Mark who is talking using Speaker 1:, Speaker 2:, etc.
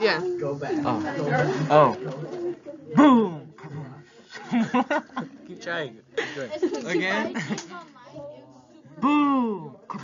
Speaker 1: Yeah.
Speaker 2: Go back. Go
Speaker 3: Oh.
Speaker 2: back.
Speaker 3: Boom! Keep trying.
Speaker 4: It's 'cause you
Speaker 3: Again?
Speaker 4: buy things online, it's super
Speaker 3: Boom!